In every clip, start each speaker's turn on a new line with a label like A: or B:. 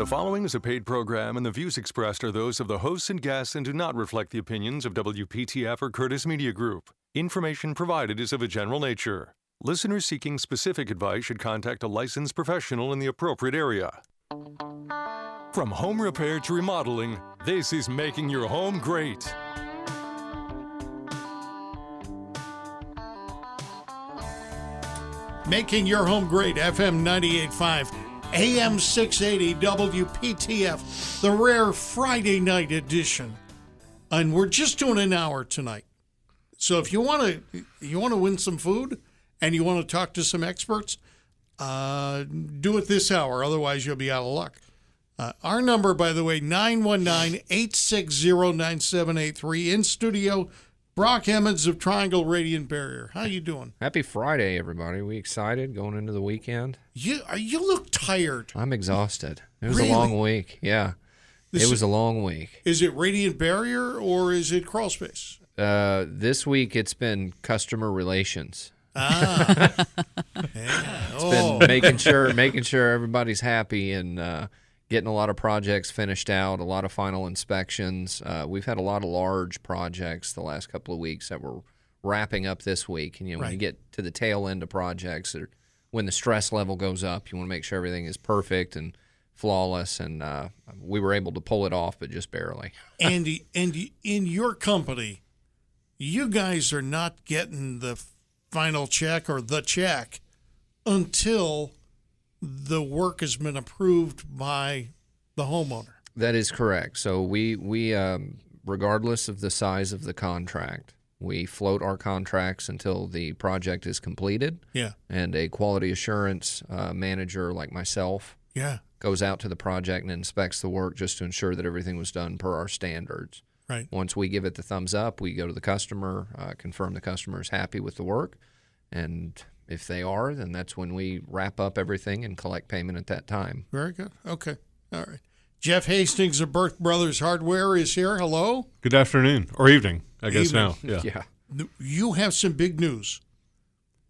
A: The following is a paid program, and the views expressed are those of the hosts and guests and do not reflect the opinions of WPTF or Curtis Media Group. Information provided is of a general nature. Listeners seeking specific advice should contact a licensed professional in the appropriate area. From home repair to remodeling, this is making your home great.
B: Making Your Home Great, FM 98.5, AM 680, WPTF, the rare Friday night edition. And we're just doing an hour tonight. So if you want to you want to win some food and you want to talk to some experts, uh, do it this hour. Otherwise, you'll be out of luck. Uh, our number, by the way, 919-860-9783. In studio, Brock Emmons of Triangle Radiant Barrier. How you doing?
C: Happy Friday, everybody. We excited going into the weekend?
B: You uh, you look tired.
C: I'm exhausted. It was
B: Really?
C: a long week. Yeah.
B: This-
C: it was a long week.
B: Is it Radiant Barrier or is it Crawl Space?
C: Uh, this week it's been customer relations.
B: oh,
C: Been making sure making sure everybody's happy and uh, getting a lot of projects finished out, a lot of final inspections. Uh, we've had a lot of large projects the last couple of weeks that were wrapping up this week. And you know, when you
B: Right.
C: get to the tail end of projects or when the stress level goes up, you want to make sure everything is perfect and flawless and uh, we were able to pull it off but just barely.
B: Andy, Andy, in your company, you guys are not getting the final check or the check until the work has been approved by the homeowner.
C: That is correct. So we we um, regardless of the size of the contract, we float our contracts until the project is completed,
B: Yeah,
C: and a quality assurance uh, manager like myself
B: yeah,
C: goes out to the project and inspects the work just to ensure that everything was done per our standards.
B: right.
C: Once we give it the thumbs up, we go to the customer, uh, confirm the customer is happy with the work, and if they are, then that's when we wrap up everything and collect payment at that time.
B: Very good. Okay, all right. Jeff Hastings of Burke Brothers Hardware is here. Hello.
D: Good afternoon or evening, I guess
B: Evening.
D: now. Yeah.
C: Yeah.
B: You have some big news.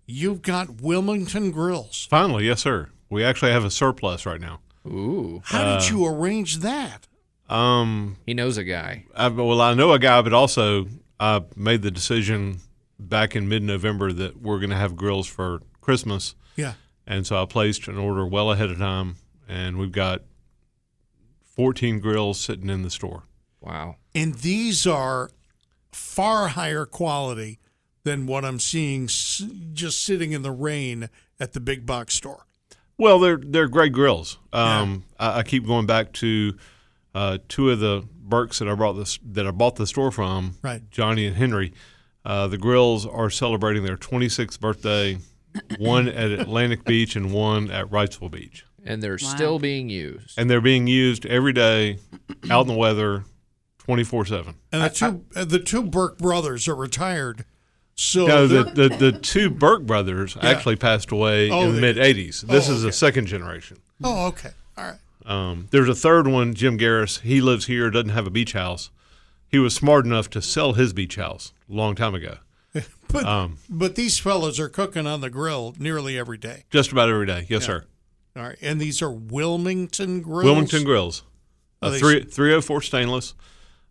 B: You've got Wilmington Grills.
D: Finally, yes, sir. We actually have a surplus right now.
C: Ooh.
B: How did you arrange that?
D: Um,
C: He knows a guy.
D: I, well, I know a guy, but also I made the decision back in mid-November that we're going to have grills for Christmas,
B: Yeah.
D: and so I placed an order well ahead of time, and we've got 14 grills sitting in the store.
C: Wow.
B: And these are far higher quality than what I'm seeing s- just sitting in the rain at the big box store.
D: Well, they're they're great grills. Um, I, I keep going back to uh, two of the Burks that I brought this that I bought the store from.
B: Right.
D: Johnny and Henry. Uh, the grills are celebrating their 26th birthday, one at Atlantic Beach and one at Wrightsville Beach,
C: and they're still being used.
D: and they're being used every day, out in the weather, 24 seven.
B: And the two uh, the two Burke brothers are retired. So
D: No, the,
B: Oh, they're-
D: the the two Burke brothers actually passed away
B: Oh,
D: in
B: they
D: the mid 80s. This is the second generation.
B: Oh, okay. All right.
D: Um, there's a third one, Jim Garris. He lives here, doesn't have a beach house. He was smart enough to sell his beach house a long time ago,
B: But
D: Um,
B: but these fellows are cooking on the grill nearly every day.
D: just about every day. Yes, sir.
B: All right. And these are Wilmington grills.
D: Wilmington Grills,
B: Are
D: uh,
B: Oh, they-
D: three, 304 stainless.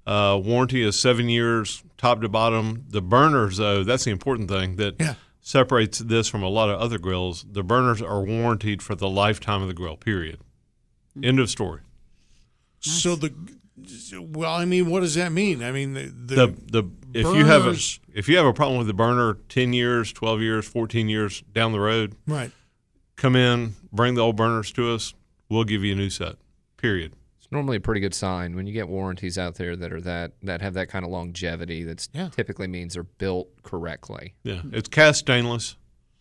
D: Uh, warranty is seven years, top to bottom. The burners, though, that's the important thing that
B: Yeah.
D: separates this from a lot of other grills. The burners are warranted for the lifetime of the grill, period.
B: Hmm.
D: End of story.
B: So the well, I mean, what does that mean? I mean, the, the,
D: the the if you have a
B: burners-
D: if you have a problem with the burner 10 years 12 years 14 years down the road
B: right.
D: come in bring the old burners to us we'll give you a new set period
C: It's normally a pretty good sign when you get warranties out there that are that that have that kind of longevity. That's
B: Yeah.
C: typically means they're built correctly.
D: yeah
B: Hmm.
D: it's cast stainless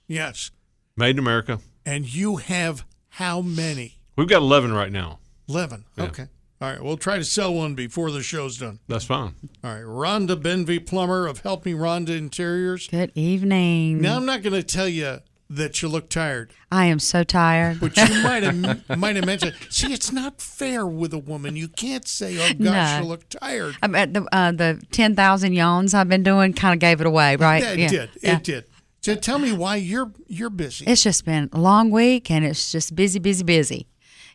B: Yes.
D: made in america
B: And you have how many?
D: we've got 11 right now
B: 11. Okay. All right. We'll try to sell one before the show's done.
D: that's fine
B: All right. Rhonda Benvey Plummer of Help Me Rhonda Interiors.
E: Good evening.
B: Now, I'm not going to tell you that you look tired,
E: I am so tired.
B: but you might have might have mentioned. See, it's not fair with a woman. You can't say, "Oh gosh,
E: No.
B: you look tired."
E: I bet the uh, the ten thousand yawns I've been doing kind of gave it away, right?
B: Yeah, it
E: Yeah.
B: did.
E: Yeah.
B: It did. So tell me why you're you're busy.
E: It's just been a long week, and it's just busy, busy, busy.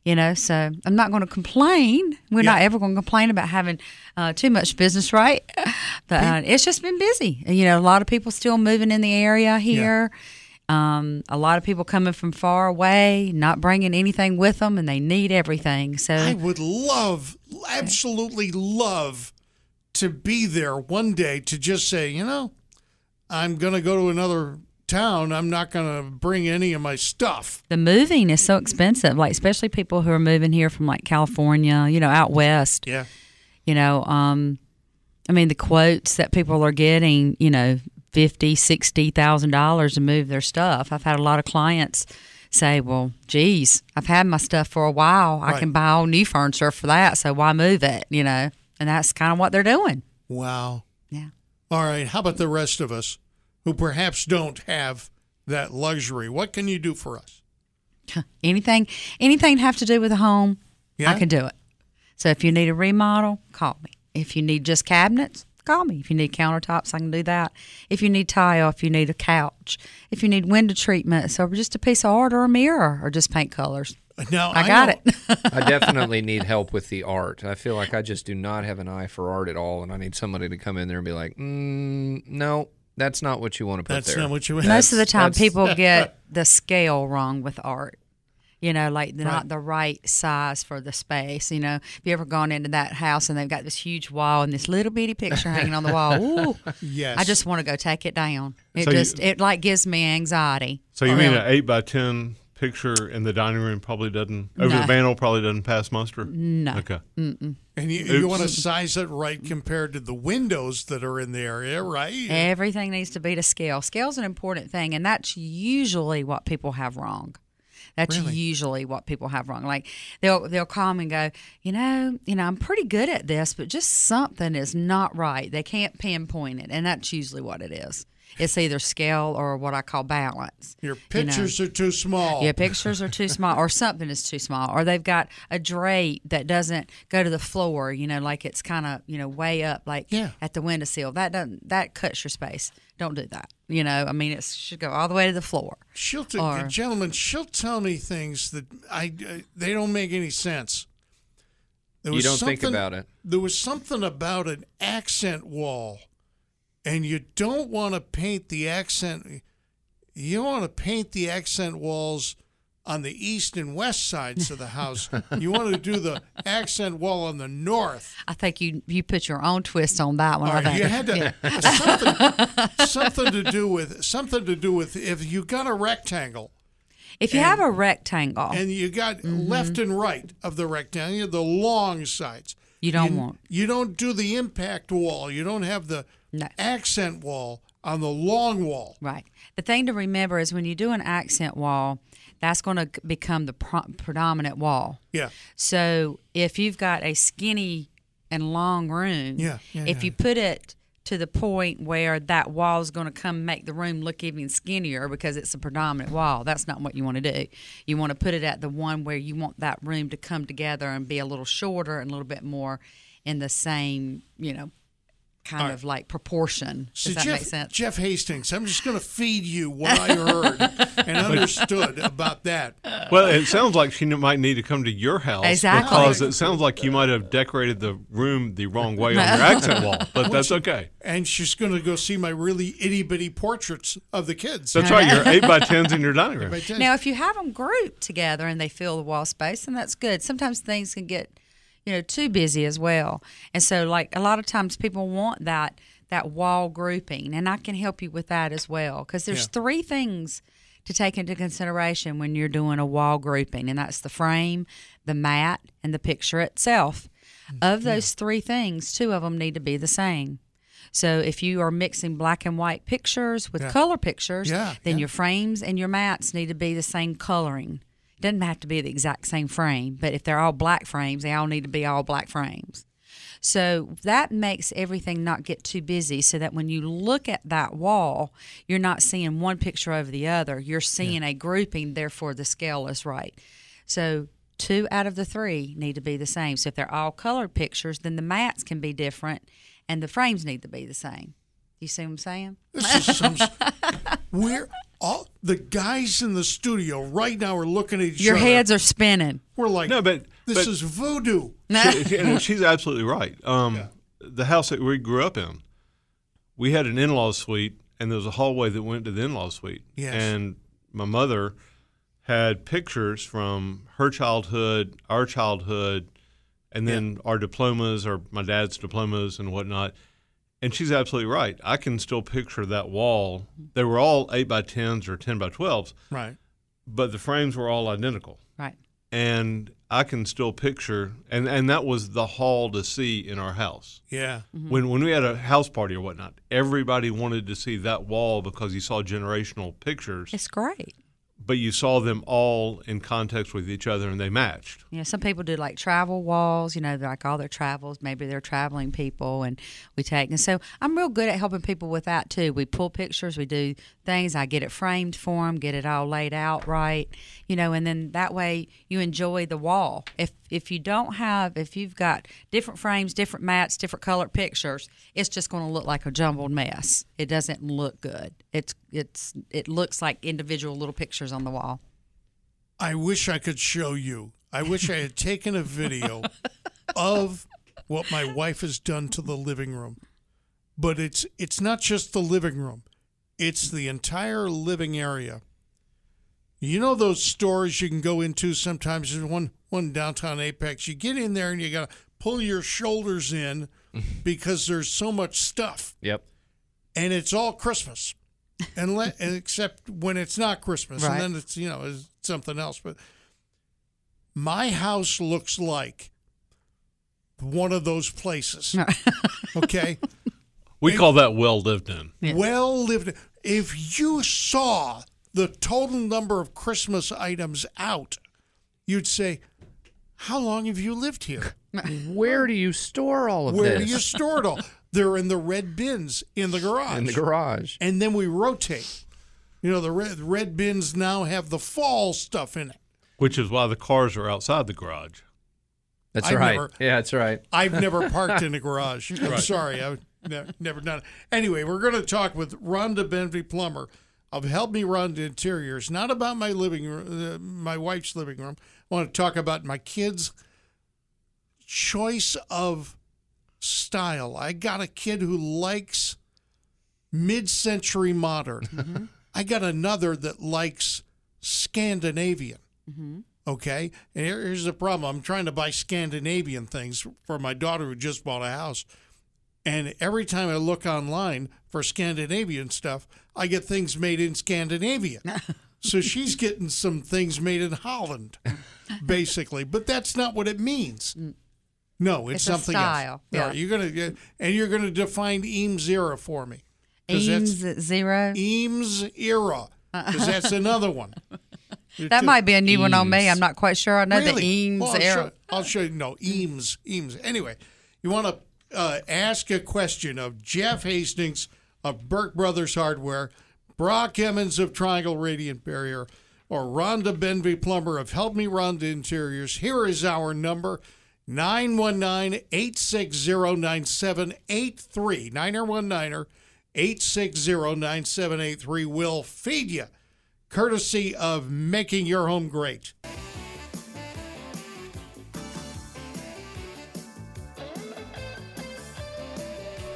E: you know. So I'm not going to complain. We're not ever going to complain about having uh, too much business, right? But uh, it's just been busy. You know, a lot of people still moving in the area here. Um, a lot of people coming from far away, not bringing anything with them, and they need everything. So
B: I would love, absolutely love to be there one day to just say, you know, I'm going to go to another town. I'm not going to bring any of my stuff.
E: the moving is so expensive, like especially people who are moving here from like California, you know, out west.
B: Yeah.
E: you know um i mean the quotes that people are getting you know fifty sixty thousand dollars to move their stuff i've had a lot of clients say well geez i've had my stuff for a while i can buy all new furniture for that so why move it you know and that's kind of what they're doing
B: Wow.
E: yeah
B: All right. How about the rest of us who perhaps don't have that luxury? What can you do for us?
E: anything anything have to do with a home
B: Yeah.
E: i can do it so if you need a remodel call me if you need just cabinets call me if you need countertops i can do that if you need tile if you need a couch if you need window treatments or just a piece of art or a mirror or just paint colors
B: Uh, Now,
E: i got
B: Oh, know-
E: it
C: I definitely need help with the art. I feel like I just do not have an eye for art at all, and I need somebody to come in there and be like, mm, "No, that's not what you want to put
B: That's
C: there."
B: not what you
E: most of the
C: That's-
E: time
C: that's-
E: people get the scale wrong with art you know like they're not the right size for the space you know if you ever gone into that house and they've got this huge wall and this little bitty picture hanging on the wall Ooh,
B: Yes.
E: I just want to go take it down. It
D: So you-
E: just it like gives me anxiety.
D: So you mean
E: Really.
D: an eight by ten picture in the dining room probably doesn't over
E: No.
D: the mantle probably doesn't pass muster.
E: No.
D: Okay.
B: And you, you want to size it right compared to the windows that are in the area, right?
E: Everything needs to be to scale. Scale's an important thing, and that's usually what people have wrong. That's usually what people have wrong. Like they'll they'll come and go, you know, you know, I'm pretty good at this, but just something is not right. They can't pinpoint it, and that's usually what it is. It's either scale or what I call balance.
B: Your
E: you know.
B: pictures are too small.
E: Yeah, pictures are too small, or something is too small, or they've got a drape that doesn't go to the floor. You know, like it's kind of you know way up, like
B: Yeah.
E: at the windowsill. That doesn't that cuts your space. Don't do that. You know, I mean, it should go all the way to the floor.
B: She'll t-
E: Or-
B: gentlemen, she'll tell me things that I uh, they don't make any sense. There
C: You
B: was
C: don't think
B: something-
C: about it.
B: There was something about an accent wall, and you don't want to paint the accent. You want to paint the accent walls on the east and west sides of the house. you want to do the accent wall on the north.
E: I think you you put your own twist on that one.
B: All
E: I
B: right,
E: think.
B: you had to
E: Yeah.
B: something, something to do with something to do with if you got a rectangle
E: If you have a rectangle,
B: and you got
E: Mm-hmm.
B: left and right of the rectangle, you have the long sides.
E: you don't want
B: You don't do the impact wall. You don't have the
E: No.
B: accent wall on the long wall.
E: Right. The thing to remember is when you do an accent wall, that's going to become the pro- predominant wall.
B: Yeah.
E: So if you've got a skinny and long room,
B: Yeah, yeah,
E: if
B: yeah.
E: you put it to the point where that wall is going to come make the room look even skinnier because it's a predominant wall, that's not what you want to do. You want to put it at the one where you want that room to come together and be a little shorter and a little bit more in the same, you know, kind of like proportion. Does that
B: Jeff,
E: make sense?
B: Jeff Hastings, I'm just going to feed you what I heard and understood about that.
D: Well, it sounds like she might need to come to your house
E: Exactly.
D: because it sounds like you might have decorated the room the wrong way on your accent wall, but that's okay.
B: And she's going to go see my really itty bitty portraits of the kids.
D: That's right. Your eight by tens in your dining room.
B: Right there.
E: Now, if you have them grouped together and they fill the wall space, then that's good. Sometimes things can get, you know, too busy as well. And so, like a lot of times, people want that that wall grouping, and I can help you with that as well because there's three things to take into consideration when you're doing a wall grouping, and that's the frame, the mat, and the picture itself. Of those three things, two of them need to be the same. So if you are mixing black and white pictures with color pictures,
B: Yeah,
E: then
B: yeah.
E: your frames and your mats need to be the same coloring. Doesn't have to be the exact same frame, but if they're all black frames, they all need to be all black frames. So that makes everything not get too busy so that when you look at that wall, you're not seeing one picture over the other. You're seeing a grouping, therefore the scale is right. So two out of the three need to be the same. So if they're all colored pictures, then the mats can be different and the frames need to be the same. You see what I'm saying?
B: This is some. Where all the guys in the studio right now are looking at each
E: Your
B: other.
E: heads are spinning.
B: We're like,
D: No, but-
B: this
D: but-
B: is voodoo.
D: She- and she's absolutely right. Um, The house that we grew up in, we had an in law suite, and there was a hallway that went to the in law suite.
B: Yes.
D: And my mother had pictures from her childhood, our childhood, and then our diplomas or my dad's diplomas and whatnot. And she's absolutely right. I can still picture that wall. They were all 8 by 10s or 10 by 12s,
B: Right.
D: but the frames were all identical
E: right.
D: and I can still picture and and that was the hall to see in our house.
B: Yeah.
D: When when we had a house party or whatnot, everybody wanted to see that wall because you saw generational pictures,
E: It's great.
D: but you saw them all in context with each other and they matched.
E: You know, some people do like travel walls, you know, they're like all their travels. Maybe they're traveling people and we take. And so I'm real good at helping people with that too. We pull pictures, we do things. I get it framed for them, get it all laid out right, you know, and then that way you enjoy the wall. If, if you don't have, if you've got different frames, different mats, different colored pictures, it's just going to look like a jumbled mess. It doesn't look good. It's, it's, it looks like individual little pictures on the wall.
B: I wish I could show you. I wish I had taken a video of what my wife has done to the living room. But it's it's not just the living room. It's the entire living area. You know those stores you can go into sometimes there's one one downtown Apex. You get in there and you got to pull your shoulders in because there's so much stuff
C: Yep.
B: and it's all Christmas, and le- and except when it's not Christmas,
E: Right.
B: and then it's you know it's something else. But my house looks like one of those places. okay,
D: We call that well lived in.
E: Yeah.
B: well lived. If you saw the total number of Christmas items out, you'd say, "How long have you lived here?
C: Where do you store all of
B: Where
C: this?
B: do you store it all?" They're in the red bins in the garage.
C: in the garage.
B: and then we rotate. You know, the red, red bins now have the fall stuff in it.
D: Which is why the cars are outside the garage.
C: That's
B: I've
C: right.
B: never-
C: yeah, that's right.
B: I've never parked in a garage. I'm sorry, I've ne- never done it. Anyway, we're going to talk with Rhonda Benvey Plummer of Help Me Rhonda Interiors, not about my living room, uh, my wife's living room. I want to talk about my kids' choice of style. I got a kid who likes mid-century modern.
E: Mm-hmm.
B: I got another that likes Scandinavian.
E: Mm-hmm.
B: Okay. And here- here's the problem. I'm trying to buy Scandinavian things for my daughter who just bought a house. And every time I look online for Scandinavian stuff, I get things made in Scandinavia. so she's getting some things made in Holland, basically. But that's not what it means. No, it's,
E: Mm. It's a
B: something
E: style,
B: else. No,
E: yeah.
B: you're gonna get, and you're gonna define Eames era for me. 'Cause that's-
E: Eames at zero.
B: Eames era. Because that's another one.
E: That might be a new one on me.
C: Eames.
E: I'm not quite sure. I know the
B: Really?
E: Eames
B: Well, I'll
E: era.
B: Show, I'll show you. No, Eames. Eames. Anyway, you want to uh, ask a question of Jeff Hastings of Burke Brothers Hardware, Brock Emmons of Triangle Radiant Barrier, or Rhonda Benvey Plumber of Help Me Rhonda Interiors. Here is our number. 919 860 9783. 919 860 9783 will feed you, courtesy of making your home great.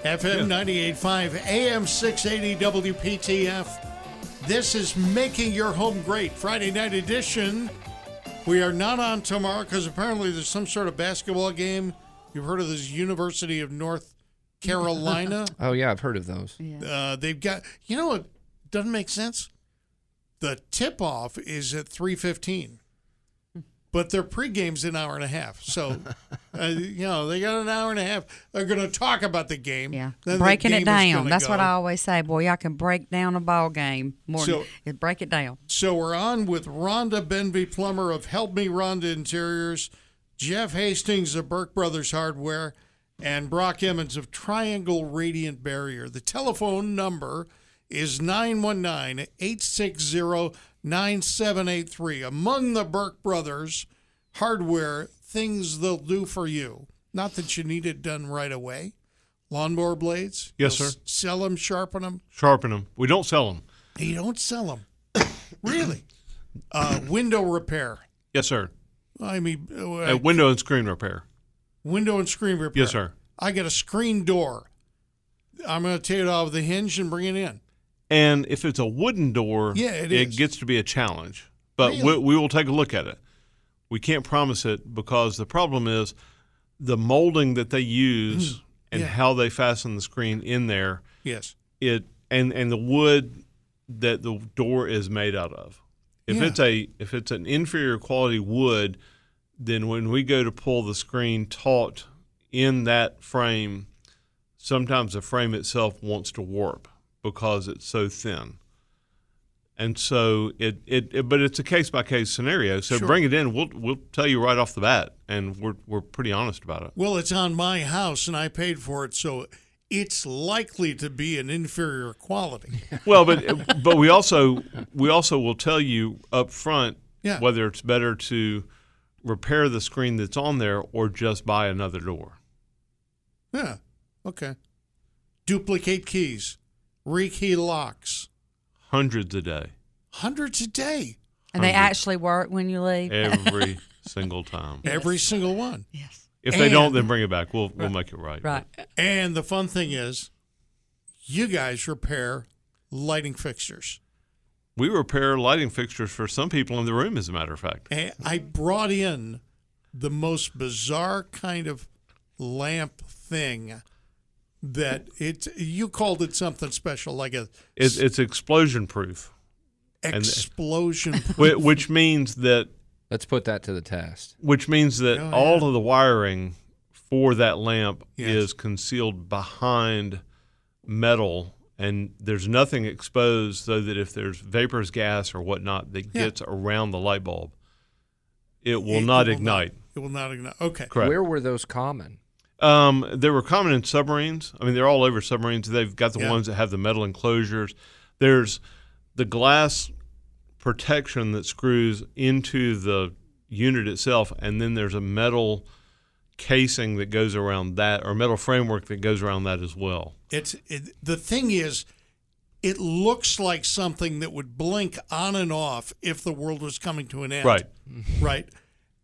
B: FM 98.5, AM 680 WPTF. This is Making Your Home Great, Friday night edition. We are not on tomorrow because apparently there's some sort of basketball game. You've heard of this University of North Carolina?
C: Oh yeah, I've heard of those.
B: uh, they've got, you know what doesn't make sense? The tip-off is at 3.15, but their pregame's an hour and a half. So, uh, you know, they got an hour and a half. They're going to talk about the game.
E: Yeah,
B: Then the
E: breaking it
B: game is
E: down.
B: gonna
E: That's what
B: go.
E: I always say. Boy, y'all can break down a ball game more.
B: So-
E: than, break it down.
B: So we're on with Rhonda Benvey Plummer of Help Me Rhonda Interiors, Jeff Hastings of Burke Brothers Hardware, and Brock Emmons of Triangle Radiant Barrier. The telephone number is 919 860 9783. Among the Burke Brothers Hardware, things they'll do for you. Not that you need it done right away. Lawnmower blades?
D: Yes,
B: you'll s-
D: sir.
B: Sell them, sharpen them.
D: Sharpen them. We don't sell them.
B: You don't sell them. Really? uh, window repair.
D: Yes, sir.
B: I mean, uh,
D: Uh, window and screen repair.
B: window and screen repair.
D: Yes, sir.
B: I got a screen door. I'm going to take it off the hinge and bring it in.
D: And if it's a wooden door,
B: Yeah, it is.
D: gets to be a challenge. But
B: Really?
D: we, we will take a look at it. We can't promise it because the problem is the molding that they use
B: Mm-hmm.
D: and
B: Yeah.
D: how they fasten the screen in there.
B: Yes.
D: It and and the wood that the door is made out of. If
B: Yeah.
D: it's a if it's an inferior quality wood, then when we go to pull the screen taut in that frame, sometimes the frame itself wants to warp because it's so thin. And so it, it, it but it's a case by case scenario. So
B: Sure.
D: bring it in. We'll we'll tell you right off the bat, and we're we're pretty honest about it.
B: Well, it's on my house and I paid for it, so it's likely to be an inferior quality.
D: Well, but but we also we also will tell you up front
B: Yeah.
D: whether it's better to repair the screen that's on there or just buy another door.
B: yeah. Okay. Duplicate keys, rekey locks,
D: Hundreds a day,
B: hundreds a day,
E: And they
D: Hundred.
E: actually work when you leave.
B: Eh.
D: every single time.
B: every single one.
E: Yes.
D: If they don't,
B: And-
D: then bring it back. We'll we'll make it right.
E: Right.
B: And the fun thing is, you guys repair lighting fixtures.
D: We repair lighting fixtures for some people in the room, as a matter of fact.
B: And I brought in the most bizarre kind of lamp thing that it you called it something special like a
D: It's, it's explosion proof, and-
B: explosion
D: whi- which means that
C: Let's put that to the test.
D: which means that
B: Oh,
D: all
B: yeah.
D: of the wiring for that lamp
B: Yes.
D: is concealed behind metal and there's nothing exposed so that if there's vapors gas or whatnot that
B: Yeah.
D: gets around the light bulb it will
B: It
D: not ignite
B: it will not ignite okay
D: correct
C: Where were those common?
D: um, they were common in submarines i mean they're all over submarines they've got the
B: Yeah.
D: ones that have the metal enclosures there's the glass protection that screws into the unit itself, and then there's a metal casing that goes around that, or metal framework that goes around that as well.
B: it's it, the thing is it looks like something that would blink on and off if the world was coming to an end
D: Right.
B: right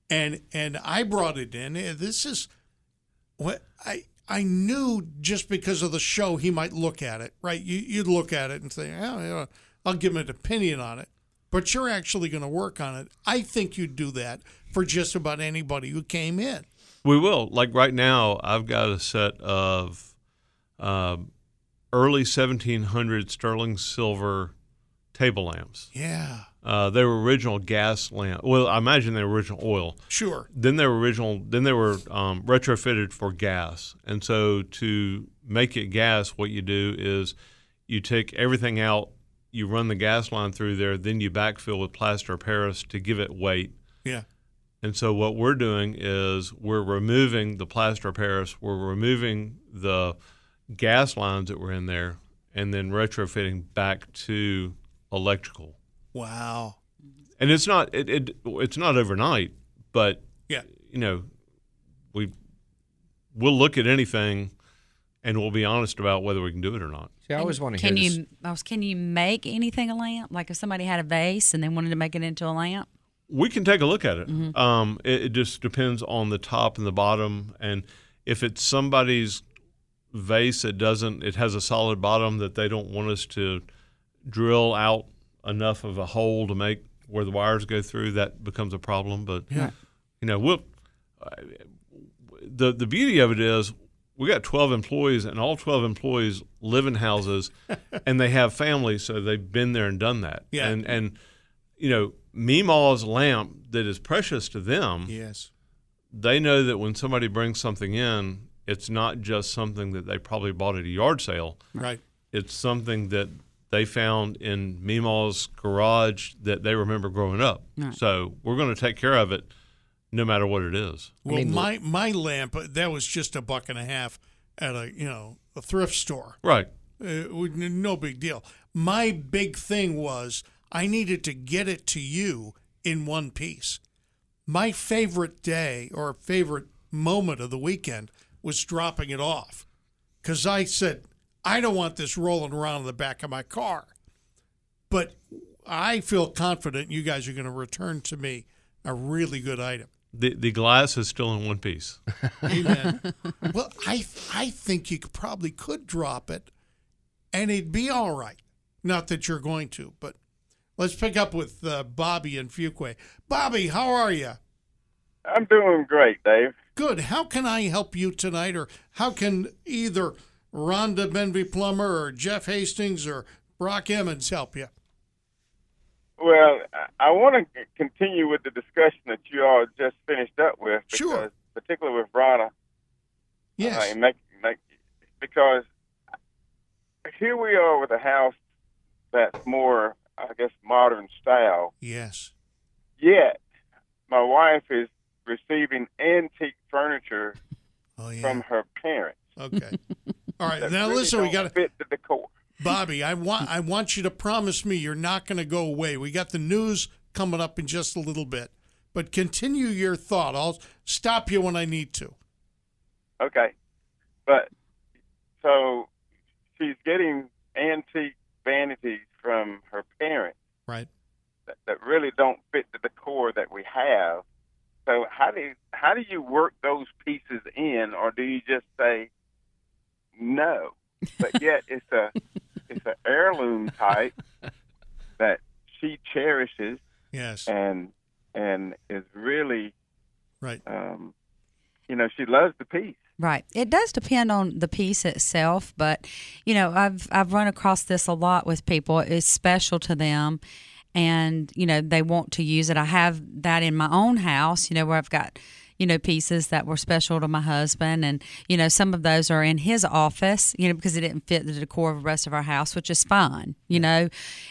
B: and and i brought it in Eh, this is what i i knew just because of the show he might look at it right you, you'd look at it and say oh, yeah, i'll give him an opinion on it but you're actually going to work on it i think you'd do that for just about anybody who came in
D: We will. Like right now, I've got a set of um early 1700 sterling silver table lamps.
B: yeah
D: Uh, they were original gas lamp. Well, I imagine they were original oil.
B: sure
D: then they were original then they were um, retrofitted for gas and so to make it gas what you do is you take everything out you run the gas line through there then you backfill with plaster of paris to give it weight
B: yeah
D: and so what we're doing is we're removing the plaster of paris we're removing the gas lines that were in there and then retrofitting back to electrical
B: wow
D: and it's not it, it it's not overnight but
B: yeah
D: you know, we we'll look at anything and we'll be honest about whether we can do it or not.
C: See, I always want to hear
E: Can
C: this.
E: you? I was. Can you make anything a lamp? Like if somebody had a vase and they wanted to make it into a lamp.
D: We can take a look at it. Um, it, it just depends on the top and the bottom, and if it's somebody's vase that doesn't, it has a solid bottom that they don't want us to drill out enough of a hole to make where the wires go through. That becomes a problem. But you know, we'll uh, the the beauty of it is we got 12 employees and all 12 employees live in houses and they have families so they've been there and done that
B: Yeah.
D: and and you know Meemaw's lamp that is precious to them
B: yes
D: they know that when somebody brings something in it's not just something that they probably bought at a yard sale
B: right
D: it's something that they found in Meemaw's garage that they remember growing up so we're going to take care of it no matter what it is
B: Well,
C: mean,
B: my my lamp uh, that was just a buck and a half at a you know a thrift store.
D: right
B: Uh, it was n- no big deal. My big thing was I needed to get it to you in one piece. My favorite day or favorite moment of the weekend was dropping it off because I said I don't want this rolling around in the back of my car. But I feel confident you guys are going to return to me a really good item.
D: The the glass is still in one piece.
B: Amen. well, I I think you could, probably could drop it, and it'd be all right. Not that you're going to, but let's pick up with uh, Bobby and Fuquay. Bobby, how are you?
F: I'm doing great, Dave.
B: Good. How can I help you tonight, or how can either Rhonda Benvy Plummer or Jeff Hastings or Brock Emmons help you?
F: Well, I- I want to continue with the discussion that you all just finished up with, because,
B: Sure.
F: particularly with Rana.
B: Yes.
F: I mean, make, make, because here we are with a house that's more, I guess, modern style.
B: Yes.
F: Yet, my wife is receiving antique furniture
B: Oh yeah.
F: from her parents.
B: okay. All right.
F: that
B: Now
F: really
B: listen, we
F: don't
B: got to
F: fit the decor.
B: Bobby, I want I want you to promise me you're not going to go away. We got the news coming up in just a little bit, but continue your thought. I'll stop you when I need to.
F: Okay. But so she's getting antique vanities from her parents
B: Right.
F: that, that really don't fit the decor that we have. So how do you, how do you work those pieces in, or do you just say no? But yet it's a it's an heirloom type that she cherishes
B: Yes.
F: and and is really
B: Right.
F: um, you know she loves the piece.
E: Right. It does depend on the piece itself, but you know, I've I've run across this a lot with people. It's special to them and, you know, they want to use it. I have that in my own house, you know, where I've got, you know, pieces that were special to my husband and, you know, some of those are in his office, you know, because it didn't fit the decor of the rest of our house, which is fine. You know,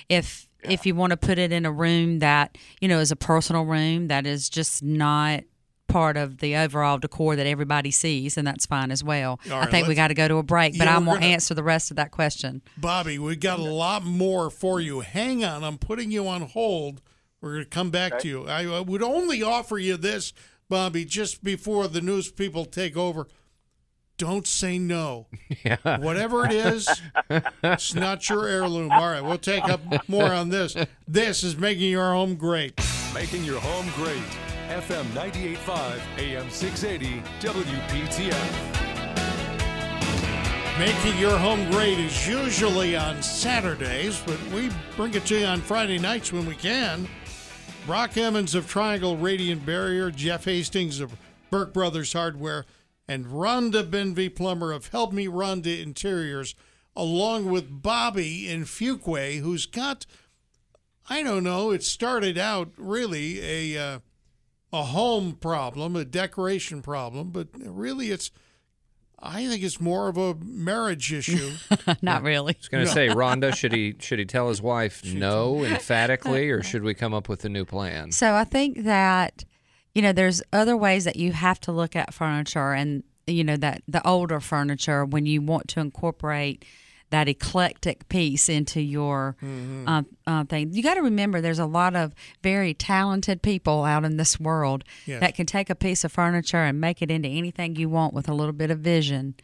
E: if if you want to put it in a room that, you know, is a personal room that is just not part of the overall decor that everybody sees, and that's fine as well.
B: All
E: I
B: right,
E: think we
B: let's-
E: got to go to a break, but
B: Yeah,
E: I'm
B: we're
E: going to
B: gonna-
E: answer the rest of that question.
B: Bobby, we got a lot more for you. Hang on, I'm putting you on hold. We're going to come back to you. I, I would only offer you this, Bobby, just before the news people take over. Don't say no.
C: Yeah.
B: Whatever it is, it's not your heirloom. All right, we'll take up more on this. This is making your home great.
A: Making your home great. FM 985, AM 680, WPTF.
B: Making Your Home Great is usually on Saturdays, but we bring it to you on Friday nights when we can. Brock Emmons of Triangle Radiant Barrier, Jeff Hastings of Burke Brothers Hardware, and Rhonda Benvey Plummer of Help Me Rhonda Interiors, along with Bobby in Fuquay, who's got, I don't know, it started out really a uh, a home problem, a decoration problem, but really it's, I think it's more of a marriage issue.
E: Not really.
C: I was gonna say, Rhonda, should he should he tell his wife no emphatically, or should we come up with a new plan?
E: So I think that you know there's other ways that you have to look at furniture and you know that the older furniture when you want to incorporate that eclectic piece into your um, um, thing. You got to remember there's a lot of very talented people out in this world
B: Yes.
E: that can take a piece of furniture and make it into anything you want with a little bit of vision.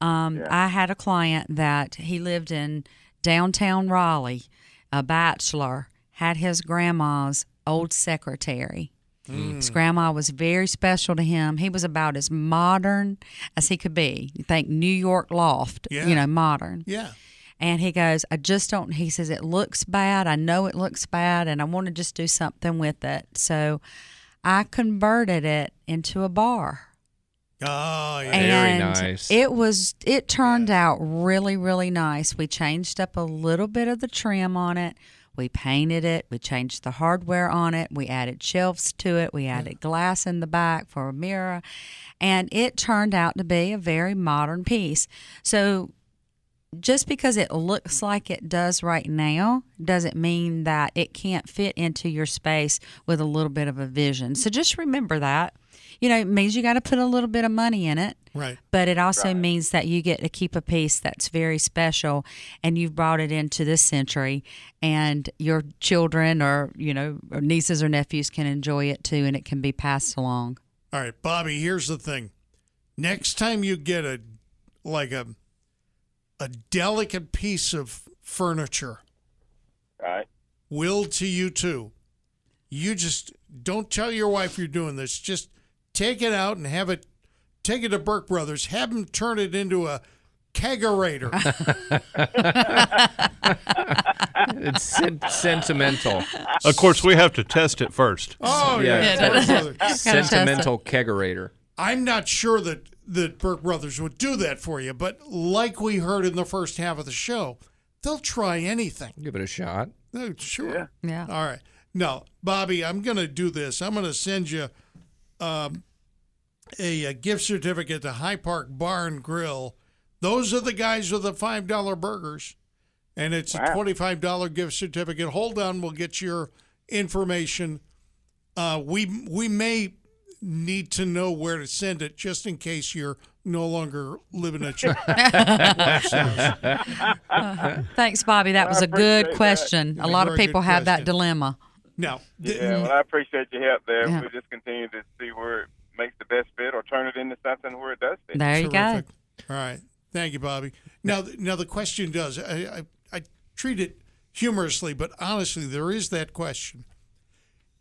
E: Um, I had a client that he lived in downtown Raleigh, a bachelor, had his grandma's old secretary.
B: Hmm. Mm.
E: His grandma was very special to him. He was about as modern as he could be. You think New York loft,
B: Yeah.
E: you know, modern.
B: yeah.
E: And he goes, I just don't. He says, it looks bad. I know it looks bad, and I want to just do something with it. So I converted it into a bar.
B: Oh, yeah.
C: Very
E: and
C: nice.
E: It was it turned out really really nice. We changed up a little bit of the trim on it. We painted it. We changed the hardware on it. We added shelves to it. We added glass in the back for a mirror, and it turned out to be a very modern piece. So just because it looks like it does right now doesn't mean that it can't fit into your space with a little bit of a vision. So just remember that. You know, it means you got to put a little bit of money in it,
B: Right.
E: but it also means that you get to keep a piece that's very special and you've brought it into this century and your children or, you know, or nieces or nephews can enjoy it too and it can be passed along.
B: All right, Bobby, here's the thing. Next time you get a like a a delicate piece of furniture,
F: Right.
B: Will to you too. You just don't tell your wife you're doing this. Just take it out and have it. Take it to Burke Brothers. Have them turn it into a kegerator.
C: It's sen- sentimental,
D: Of course, we have to test it first.
B: Oh yeah,
C: Yeah.
B: Burke Brothers.
E: test it.
C: sentimental kegerator.
B: I'm not sure that that Burke Brothers would do that for you, but like we heard in the first half of the show, they'll try anything.
C: Give it a shot.
B: Oh, sure.
E: Yeah.
B: All right. No, Bobby, I'm going to do this. I'm going to send you um, a, a gift certificate to High Park Bar and Grill. Those are the guys with the $5 burgers, and it's a
F: Wow.
B: $25 gift certificate. Hold on, we'll get your information. Uh, we we may need to know where to send it just in case you're no longer living at your
E: Uh-huh. Thanks, Bobby. That was a
F: appreciate
E: good
F: that.
E: question. A lot of
B: Very good
E: people have that
B: question.
E: dilemma.
B: now. th-
F: Yeah, well, I appreciate your help there.
E: Yeah.
F: We'll just continue to see where it makes the best fit or turn it into something where it does fit.
E: There you go.
B: Terrific. All right. Thank you, Bobby. Now, now the question does. I, I, I treat it humorously, but honestly, there is that question.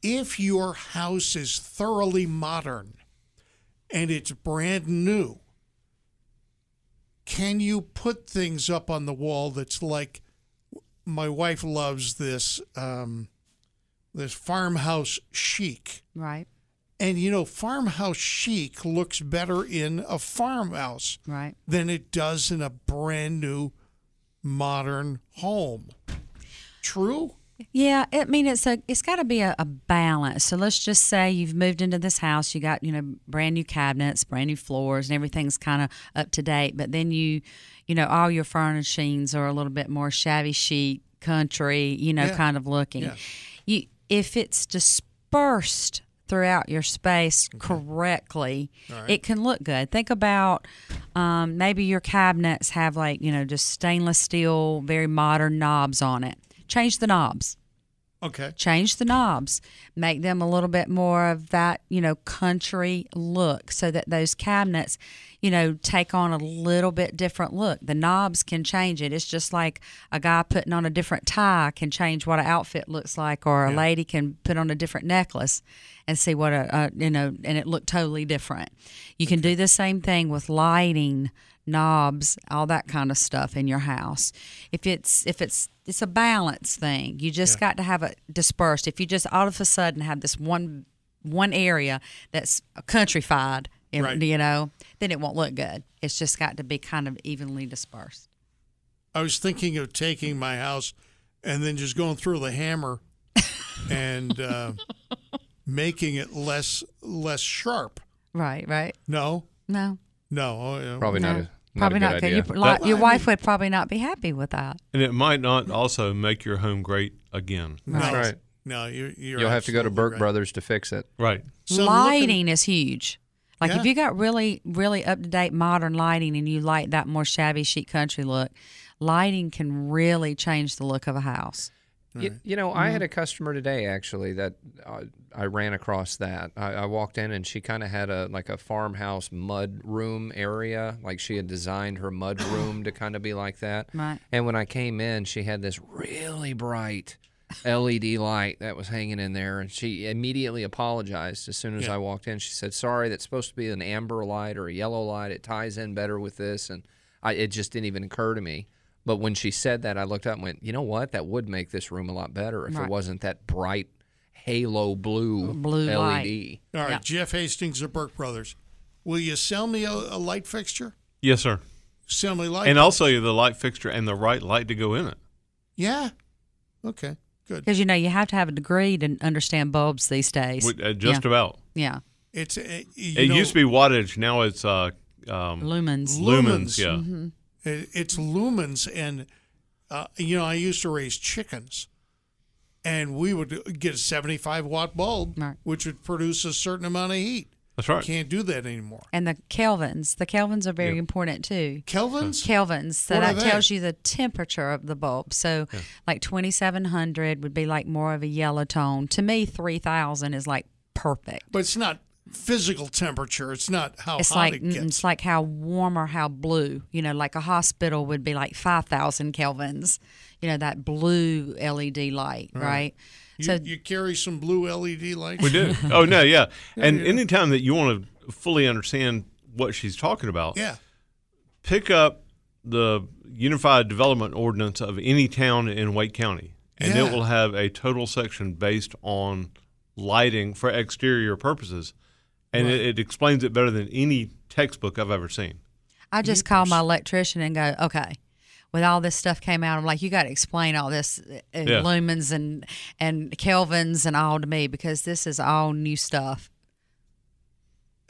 B: If your house is thoroughly modern and it's brand new, can you put things up on the wall that's like my wife loves this um, this farmhouse chic?
E: Right.
B: And you know, farmhouse chic looks better in a farmhouse
E: Right.
B: than it does in a brand new modern home. True?
E: Yeah, I mean it's a it's got to be a, a balance. So let's just say you've moved into this house, you got you know brand new cabinets, brand new floors, and everything's kind of up to date. But then you, you know, all your furnishings are a little bit more shabby chic, country, you know,
B: Yeah.
E: kind of looking.
B: Yeah.
E: You if it's dispersed throughout your space correctly, it can look good. Think about um, maybe your cabinets have like you know just stainless steel, very modern knobs on it. Change the knobs
B: Okay.
E: change the knobs, make them a little bit more of that, you know, country look so that those cabinets, you know, take on a little bit different look. The knobs can change it. It's just like a guy putting on a different tie can change what an outfit looks like, or a lady can put on a different necklace and see what a, a you know, and it looked totally different. You can do the same thing with lighting knobs, all that kind of stuff in your house. If it's if it's it's a balance thing. You just got to have it dispersed. If you just all of a sudden have this one one area that's countrified, and,
B: Right.
E: you know, then it won't look good. It's just got to be kind of evenly dispersed.
B: I was thinking of taking my house and then just going through the hammer and uh, making it less less sharp.
E: Right, right.
B: No,
E: No.
B: no. Oh, yeah.
C: Probably not.
E: no.
C: A, not
E: Probably
C: a
E: not
C: good
E: good.
C: idea.
E: Your, like,
B: That-
E: your wife would probably not be happy with that.
D: And it might not also make your home great again.
B: No.
C: That's right.
B: No, you're, you're
C: You'll have to go to
B: absolutely
C: Burke
B: right.
C: Brothers to fix it.
D: Right.
B: So I'm looking-
E: lighting is huge. Like
B: Yeah.
E: if you got really, really up to date modern lighting and you like that more shabby chic country look, lighting can really change the look of a house.
C: Y- You, know, I had a customer today actually that uh, I ran across that. I, I walked in and she kind of had a like a farmhouse mud room area, like she had designed her mud room to kind of be like that.
E: Right.
C: And when I came in, she had this really bright LED E light that was hanging in there, and she immediately apologized as soon as I walked in. She said, "Sorry, that's supposed to be an amber light or a yellow light. It ties in better with this." And I, it just didn't even occur to me. But when she said that, I looked up and went, "You know what? That would make this room a lot better if
E: Right.
C: it wasn't that bright halo blue, E
E: Blue
C: LED."
E: light.
B: All right,
E: Yeah.
B: Jeff Hastings of Burke Brothers. Will you sell me a, a light fixture?
D: Yes, sir.
B: Sell me light.
D: And also the light fixture and the right light to go in it.
B: yeah. Okay. Good.
E: Because you know you have to have a degree to understand bulbs these days.
D: With- uh, Just
E: yeah.
D: about.
E: yeah.
B: It's uh, you
D: It
B: know,
D: used to be wattage. Now it's uh, um,
E: lumens.
B: lumens.
D: lumens. Yeah.
B: it- It's lumens, and uh, you know I used to raise chickens, and we would get a seventy-five watt bulb,
E: Right.
B: which would produce a certain amount of heat.
D: That's right.
B: Can't do that anymore.
E: And the kelvins. The kelvins are very important too.
B: Kelvins.
E: Kelvins. So
B: What are
E: that
B: they?
E: tells you the temperature of the bulb. So, like 2700 would be like more of a yellow tone. To me, 3000 is like perfect.
B: But it's not physical temperature. It's not Oh, how
E: it's
B: hot
E: like
B: it
E: mm,
B: gets.
E: it's like how warm or how blue. You know, like a hospital would be like five thousand kelvins. You know that blue LED light, right?
B: You,
E: So
B: you carry some blue LED lights.
D: We do. oh no, yeah. And anytime that you want to fully understand what she's talking about,
B: Yeah.
D: pick up the Unified Development Ordinance of any town in Wake County, and
B: Yeah.
D: it will have a total section based on lighting for exterior purposes, and it, it explains it better than any textbook I've ever seen.
E: I just call my electrician and go, okay. With all this stuff came out, I'm like, you got to explain all this uh,
D: Yeah.
E: lumens and and kelvins and all to me because this is all new stuff.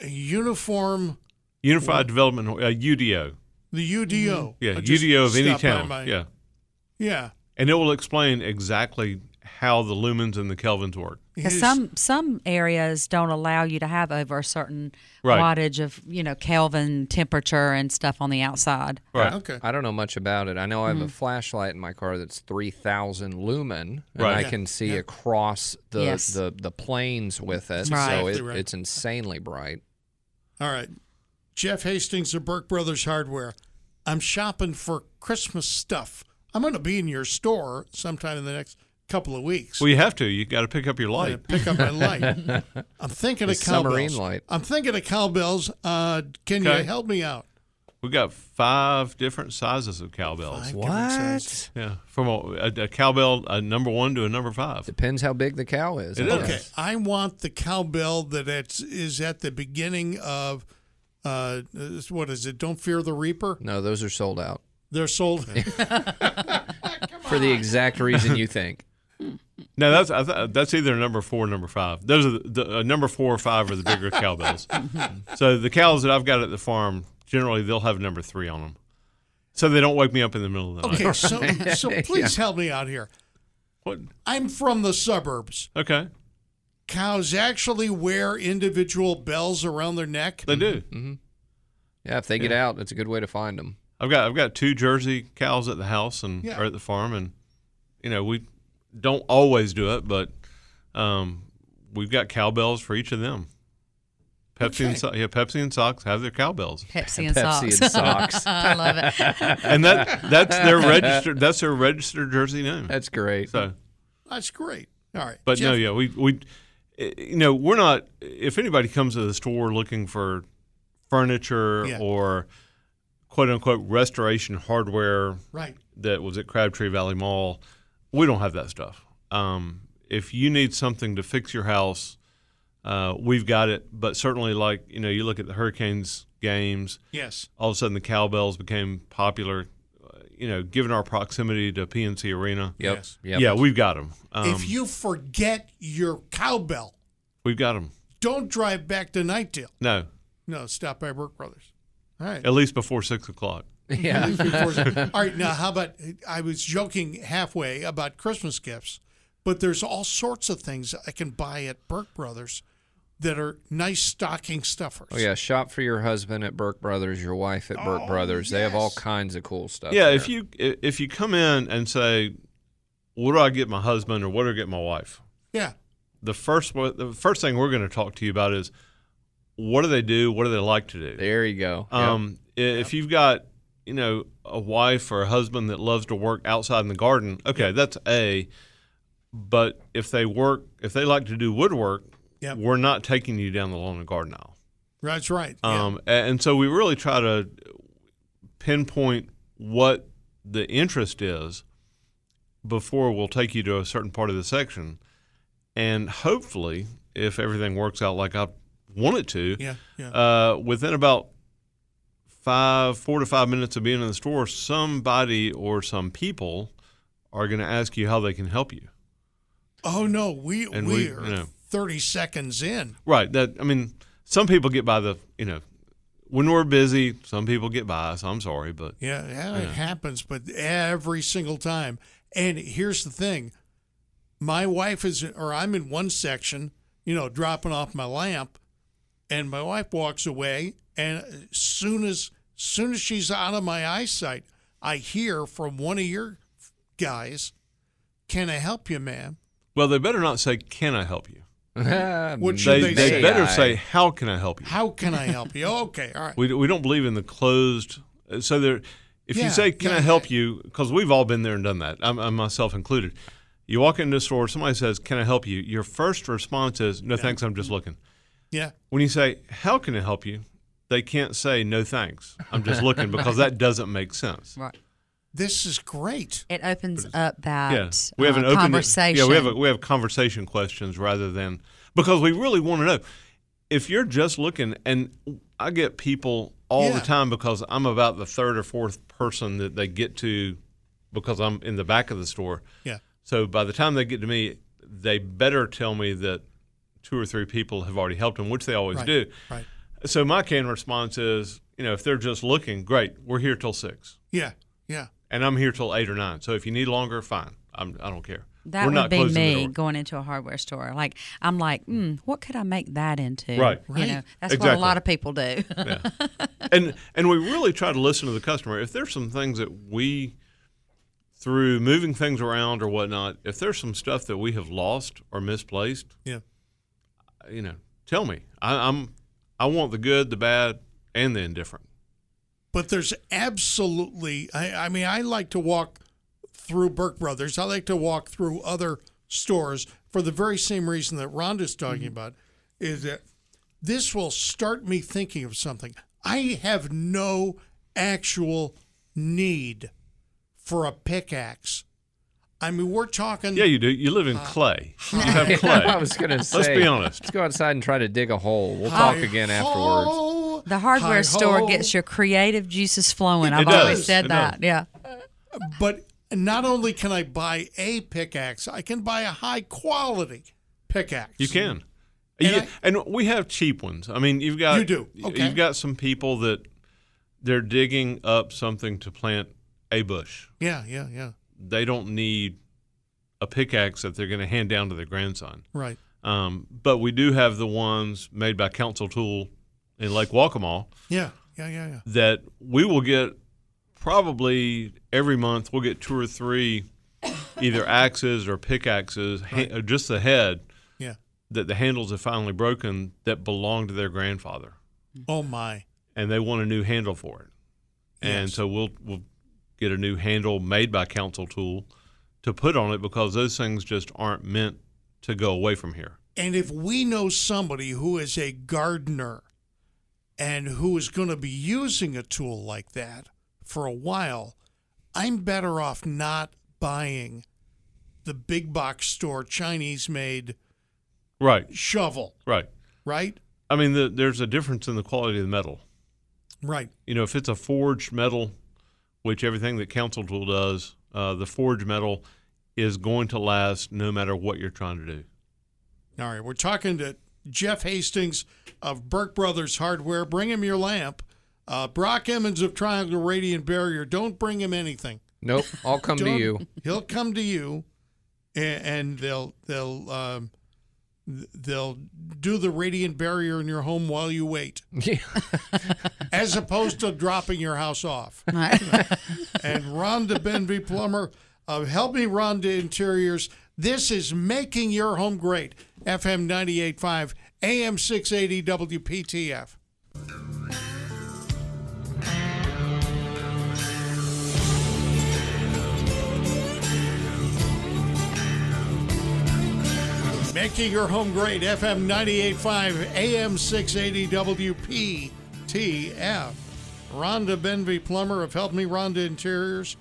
B: A uniform,
D: Unified Development uh, UDO,
B: the UDO.
D: Mm-hmm. yeah,
B: I just
D: UDO of any
B: stopped by
D: town,
B: my-
D: yeah,
B: Yeah.
D: and it will explain exactly how the lumens and the kelvins work.
E: Because
B: Yes.
E: some some areas don't allow you to have over a certain
D: Right.
E: wattage of you know Kelvin temperature and stuff on the outside.
D: Right.
B: Okay.
C: I don't know much about it. I know I
E: Hmm.
C: have a flashlight in my car that's 3,000 lumen, and
D: Right.
C: I
D: Yeah,
C: can see across the,
E: Yes.
C: the, the planes with it. So
E: Right.
C: it,
B: Exactly right.
C: it's insanely bright.
B: All right. Jeff Hastings of Burke Brothers Hardware. I'm shopping for Christmas stuff. I'm going to be in your store sometime in the next couple of weeks.
D: Well, you have to. You got to pick up your
B: I'm
D: light.
B: gonna pick up my light. I'm thinking of
C: The submarine
B: cowbells.
C: light.
B: I'm thinking of cowbells. Uh, can
D: Okay.
B: you help me out?
D: We got five different sizes of cowbells.
B: Five different sizes.
D: Yeah, from a, a, a cowbell a number one to a number five.
C: Depends how big the cow is.
D: It
C: I
D: is.
B: Okay,
C: guess.
B: I want the cowbell that it's, is at the beginning of uh, is- what is it? Don't fear the reaper.
C: No, those are sold out
B: They're sold.
C: for the exact reason you think.
D: No, that's I th- that's either number four, or number five. Those are the, the uh, number four or five are the bigger cowbells.
B: Mm-hmm.
D: So the cows that I've got at the farm generally they'll have number three on them, so they don't wake me up in the middle of the night.
B: Okay, so so please help me out here.
D: What?
B: I'm from the suburbs.
D: Okay,
B: Cows actually wear individual bells around their neck.
D: they do.
C: Yeah, if they get out, it's a good way to find them.
D: I've got I've got two Jersey cows at the house and
B: Yeah.
D: or at the farm, and you know we don't always do it, but um, we've got cowbells for each of them. Pepsi and so- yeah, Pepsi and Sox have their cowbells,
E: Pepsi and
C: Pepsi
E: socks.
C: and socks.
E: I love it.
D: and that that's their registered that's their registered Jersey name.
C: That's great.
D: So,
B: That's great. All right,
D: but no,
B: Jeff,
D: yeah, we we eh, you know we're not. If anybody comes to the store looking for furniture
B: Yeah.
D: or quote unquote restoration hardware
B: right.
D: that was at Crabtree Valley Mall. We don't have that stuff. Um, if you need something to fix your house, uh, we've got it. But certainly, like you know, you look at the Hurricanes games.
B: Yes.
D: All of a sudden, the cowbells became popular. uh, You know, given our proximity to PNC Arena.
C: Yep.
B: Yes.
C: Yep.
D: Yeah, we've got them. Um,
B: if you forget your cowbell,
D: we've got them.
B: don't drive back to Nightdale.
D: No,
B: No, stop by Burke Brothers. All right.
D: at least before six o'clock.
C: Yeah.
B: All right, now how about I was joking halfway about Christmas gifts, but there's all sorts of things I can buy at Burke Brothers that are nice stocking stuffers.
C: Oh yeah, shop for your husband at Burke Brothers, your wife at Burke Brothers. They have all kinds of cool stuff.
D: yeah,
C: there.
D: if you i- if you come in and say, "What do I get my husband?" or "What do I get my wife?"
B: Yeah.
D: the first one- the first thing we're going to talk to you about is what do they do? What do they like to do?
C: there you go. Yep.
D: Um, i- If you've got you know a wife or a husband that loves to work outside in the garden, okay, that's a. But if they work, if they like to do woodwork,
B: Yep.
D: we're not taking you down the lawn and garden aisle.
B: That's right. Yeah.
D: Um, a- And so we really try to pinpoint what the interest is before we'll take you to a certain part of the section. And hopefully, if everything works out like I want it to,
B: yeah. Yeah.
D: uh, within about five, four to five minutes of being in the store, somebody or some people are going to ask you how they can help you.
B: oh no, we we,
D: and we-
B: are
D: you know.
B: 30 seconds in.
D: Right. That I mean, some people get by the you know, when we're busy, some people get by. So I'm sorry, but
B: Yeah, yeah, it happens, but every single time. And here's the thing my wife is, or I'm in one section, you know, dropping off my lamp, and my wife walks away. And as soon as, soon as she's out of my eyesight, I hear from one of your guys, Can I help you, ma'am?
D: Well, they better not say, "Can I help you?"
B: What
C: What
B: should
D: They,
B: They
D: they
B: say
D: better say, "How can I help you?"
B: How can I help you? Okay, all right.
D: We, we don't believe in the closed. So there, if
B: Yeah,
D: you say, "Can
B: yeah,
D: I help you?" Because we've all been there and done that. I'm, I'm myself included. You walk into a store, somebody says, "Can I help you?" Your first response is, "No thanks, I'm just looking."
B: Yeah.
D: When you say, "How can I help you?" They can't say, "No thanks, I'm just looking," because that doesn't make sense.
E: Right.
B: This is great.
E: It opens up that
D: Yeah, we have
E: uh,
D: an open
E: conversation.
D: Yeah, we have a, we have conversation questions rather than because we really want to know if you're just looking. And I get people all
B: Yeah.
D: the time because I'm about the third or fourth person that they get to because I'm in the back of the store.
B: Yeah.
D: So by the time they get to me, they better tell me that two or three people have already helped them, which they always
B: Right,
D: do.
B: Right.
D: So my canned response is, you know, if they're just looking, great, we're here till six,
B: Yeah. Yeah.
D: and I'm here till eight or nine. So if you need longer, fine, I'm, I don't care.
E: that
D: we're
E: would
D: not
E: be
D: closing the
E: me
D: door.
E: going into a hardware store. Like I'm like, mm, what could I make that into?
D: Right.
E: You
B: Right.
E: know, that's what a
D: Exactly.
E: lot of people do.
D: and and we really try to listen to the customer. If there's some things that we through moving things around or whatnot, if there's some stuff that we have lost or misplaced,
B: Yeah.
D: you know, tell me. I, I'm I want the good, the bad, and the indifferent.
B: But there's absolutely, I, I mean, I like to walk through Burke Brothers. I like to walk through other stores for the very same reason that Rhonda's talking
C: Mm-hmm.
B: about is that this will start me thinking of something. I have no actual need for a pickaxe. I mean, we're talking.
D: Yeah, you do. You live in clay. You have
C: I
D: clay.
C: was gonna say.
D: Let's be honest.
C: Let's go outside and try to dig a hole. We'll talk again afterwards.
B: Hi-ho,
E: The hardware store
B: hi-ho.
E: gets your creative juices flowing. I've
D: does.
E: always said
D: It
E: that.
D: does.
E: Yeah.
B: But not only can I buy a pickaxe, I can buy a high quality pickaxe.
D: You can.
B: And
D: And,
B: I-
D: and we have cheap ones. I mean, you've got
B: You do. Okay.
D: You've got some people that they're digging up something to plant a bush.
B: Yeah, yeah, yeah.
D: they don't need a pickaxe that they're going to hand down to their grandson.
B: Right.
D: Um, but we do have the ones made by Council Tool in Lake Waccamaw
B: Yeah, yeah, yeah, yeah.
D: that we will get probably every month. We'll get two or three either axes or pickaxes, ha- or just the head
B: Yeah.
D: that the handles have finally broken that belong to their grandfather,
B: Oh my.
D: and they want a new handle for it. And
B: Yes.
D: so we'll we'll get a new handle made by Council Tool to put on it because those things just aren't meant to go away from here.
B: And if we know somebody who is a gardener and who is going to be using a tool like that for a while, I'm better off not buying the big box store Chinese made
D: Right,
B: shovel,
D: right.
B: right?
D: I mean, the, there's a difference in the quality of the metal.
B: Right.
D: You know, if it's a forged metal, which everything that Council Tool does, uh, the forged metal is going to last no matter what you're trying to do.
B: All right, we're talking to Jeff Hastings of Burke Brothers Hardware. Bring him your lamp. Uh, Brock Emmons of Triangle Radiant Barrier. Don't bring him anything.
C: Nope. I'll come to
B: Don't-
C: you.
B: He'll come to you, and, and they'll they'll um, th- they'll do the radiant barrier in your home while you wait,
C: Yeah.
B: as opposed to dropping your house off. and Rhonda Benvey Plummer of Help Me Rhonda Interiors. This is making your home great. FM 98.5, AM 680 WPTF. Making your home great. FM 98.5, AM 680 WPTF. Rhonda Benvey Plummer of Help Me Rhonda Interiors,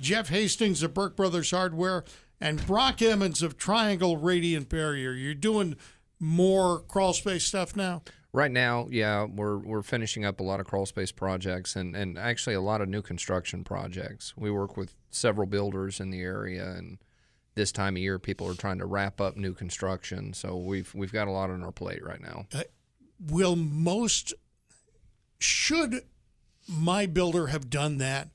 B: Jeff Hastings of Burke Brothers Hardware, and Brock Emmons of Triangle Radiant Barrier. You're doing more crawl space stuff now?
C: Right now, yeah, we're we're finishing up a lot of crawl space projects and, and actually a lot of new construction projects. We work with several builders in the area and this time of year people are trying to wrap up new construction. So we've we've got a lot on our plate right now.
B: Will most, should my builder have done that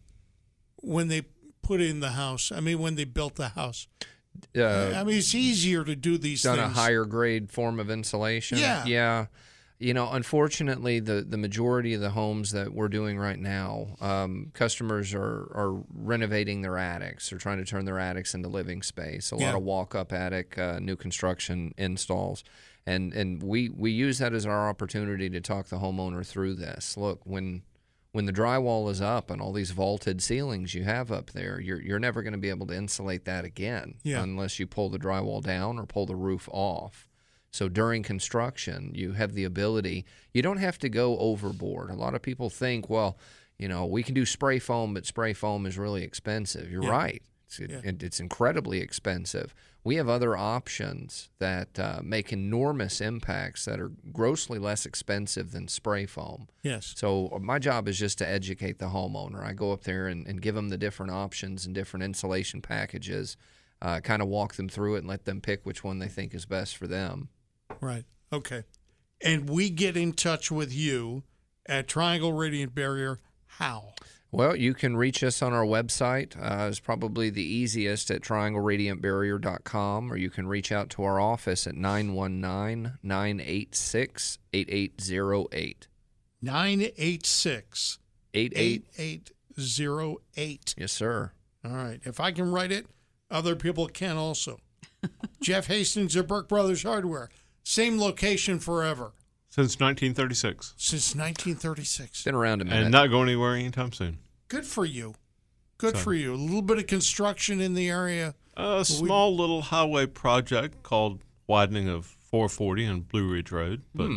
B: when they put in the house? I mean, when they built the house?
C: Uh,
B: I mean, it's easier to do these
C: done
B: things.
C: a higher grade form of insulation.
B: Yeah.
C: Yeah. You know, unfortunately, the, the majority of the homes that we're doing right now, um, customers are, are renovating their attics. They're trying to turn their attics into living space. A
B: Yeah.
C: lot of walk up attic, uh, new construction installs. and and we we use that as our opportunity to talk the homeowner through this. Look, when when the drywall is up and all these vaulted ceilings you have up there, you're you're never going to be able to insulate that again
B: Yeah.
C: unless you pull the drywall down or pull the roof off. So during construction, you have the ability. You don't have to go overboard. A lot of people think, well, you know, we can do spray foam, but spray foam is really expensive. You're
B: Yeah.
C: right. It's, it,
B: Yeah.
C: it's incredibly expensive. We have other options that uh, make enormous impacts that are grossly less expensive than spray foam.
B: Yes.
C: So my job is just to educate the homeowner. I go up there and, and give them the different options and different insulation packages, uh, kind of walk them through it and let them pick which one they think is best for them.
B: Right. Okay. And we get in touch with you at Triangle Radiant Barrier. How?
C: Well, you can reach us on our website. Uh, it's probably the easiest at triangleradiantbarrier.com, or you can reach out to our office at 919 986 8808.
B: 986
C: 88.
B: 8808.
C: Yes, sir.
B: All right. If I can write it, other people can also. Jeff Hastings at Burke Brothers Hardware. Same location forever
D: Since 1936.
B: since 1936.
C: It's been around a minute.
D: And not going anywhere anytime soon.
B: Good for you. Good for you. A little bit of construction in the area.
D: A small little highway project called widening of 440 and Blue Ridge Road, but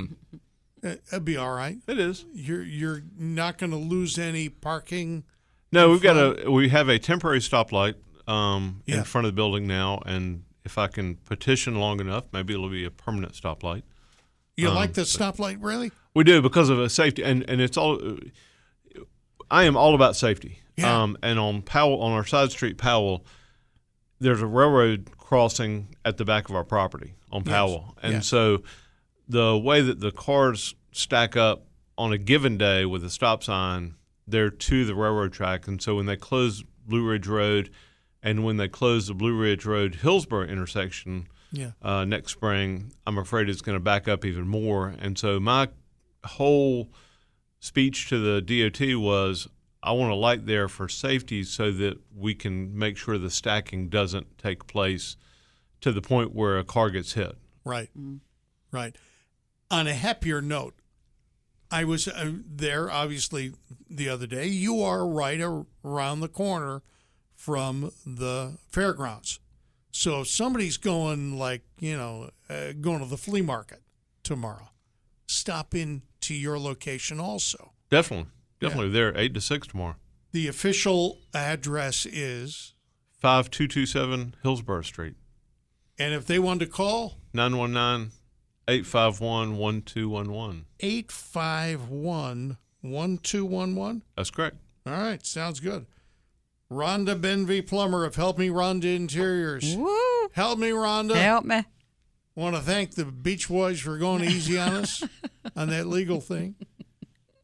B: Uh, That'd be all right.
D: it is.
B: You're you're not going to lose any parking.
D: No, we've got a we have a temporary stoplight um,
B: Yeah.
D: in front of the building now, and if I can petition long enough, maybe it'll be a permanent stoplight.
B: You
D: Um,
B: like the stoplight, really?
D: We do because of a safety, and and it's all. I am all about safety.
B: Yeah.
D: Um, and on Powell, on our side street, Powell, there's a railroad crossing at the back of our property on Powell, and
B: Yeah.
D: so the way that the cars stack up on a given day with a stop sign, they're to the railroad track, and so when they close Blue Ridge Road, and when they close the Blue Ridge Road Hillsborough intersection,
B: Yeah.
D: uh, next spring, I'm afraid it's going to back up even more. And so my whole speech to the DOT was, I want a light there for safety so that we can make sure the stacking doesn't take place to the point where a car gets hit.
B: Right. Right. On a happier note, I was uh, there obviously the other day. You are right ar- around the corner from the fairgrounds. So if somebody's going like, you know, uh, going to the flea market tomorrow, stop in to your location also.
D: Definitely, definitely there eight to six tomorrow.
B: The official address is
D: Five two two seven Hillsborough Street,
B: and if they want to call
D: 919-851-1211.
B: 851 1211
D: That's correct.
B: All right, sounds good. Rhonda Benvey Plummer of Help Me Rhonda Interiors.
E: Woo!
B: Help me, Rhonda.
E: Help me.
B: Want to thank the Beach Boys for going easy on us on that legal thing.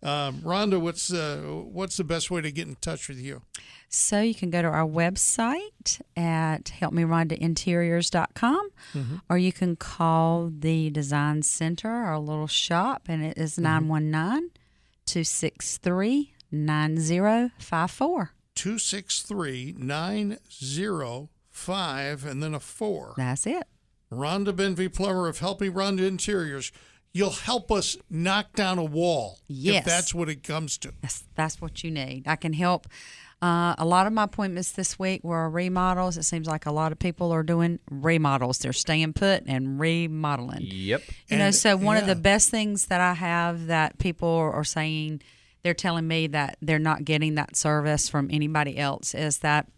B: Um, Rhonda, what's uh, what's the best way to get in touch with you?
E: So you can go to our website at helpmerhondainteriors.com or you can call the design center, our little shop, and it is 919 263 9054.
B: 263 9055 and then a four.
E: That's it.
B: Rhonda Benvey Plummer of Help Me Rhonda Interiors. You'll help us knock down a wall if
E: Yes.
B: that's what it comes to.
E: That's that's what you need. I can help. Uh, a lot of my appointments this week were remodels. It seems like a lot of people are doing remodels. They're staying put and remodeling.
C: Yep.
E: You know,
B: And-
E: so one of
B: yeah.
E: the best things that I have that people are saying, they're telling me that they're not getting that service from anybody else is that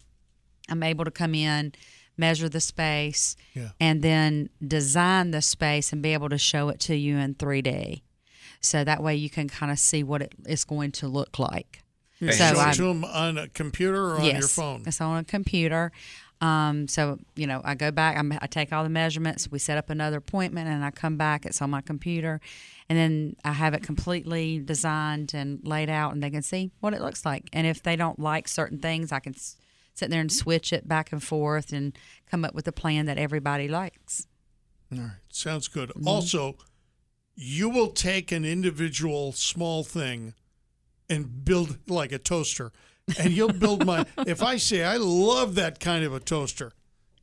E: I'm able to come in, measure the space,
B: Yeah.
E: and then design the space and be able to show it to you in 3D. So that way you can kind of see what it is going to look like.
B: You
E: Hmm. So
B: show it
E: I-
B: to 'em on a computer or on your phone.
E: It's on a computer. Um, so you know, I go back. I'm, I take all the measurements. We set up another appointment, and I come back. It's on my computer, and then I have it completely designed and laid out, and they can see what it looks like. And if they don't like certain things, I can s- sit there and switch it back and forth and come up with a plan that everybody likes.
B: All right. Sounds good.
E: Mm-hmm.
B: Also, you will take an individual small thing and build like a toaster. And you'll build my if I say I love that kind of a toaster,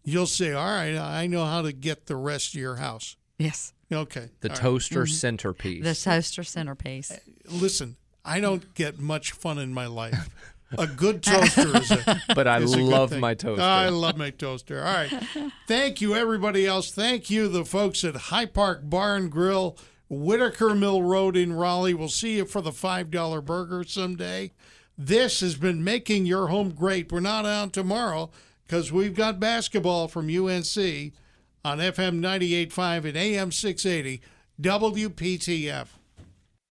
B: you'll say, All right, I know how to get the rest of your house.
E: Yes.
B: Okay.
C: The
B: all right.
C: toaster centerpiece.
E: The toaster centerpiece.
B: Listen, I don't get much fun in my life. A good toaster is a.
C: but I
B: is a good
C: love
B: thing.
C: my toaster.
B: I love my toaster. All right. Thank you, everybody else. Thank you, the folks at High Park Bar and Grill, Whitaker Mill Road in Raleigh. We'll see you for the $5 burger someday. This has been Making Your Home Great. We're not on tomorrow because we've got basketball from UNC on FM 98.5 and AM 680 WPTF.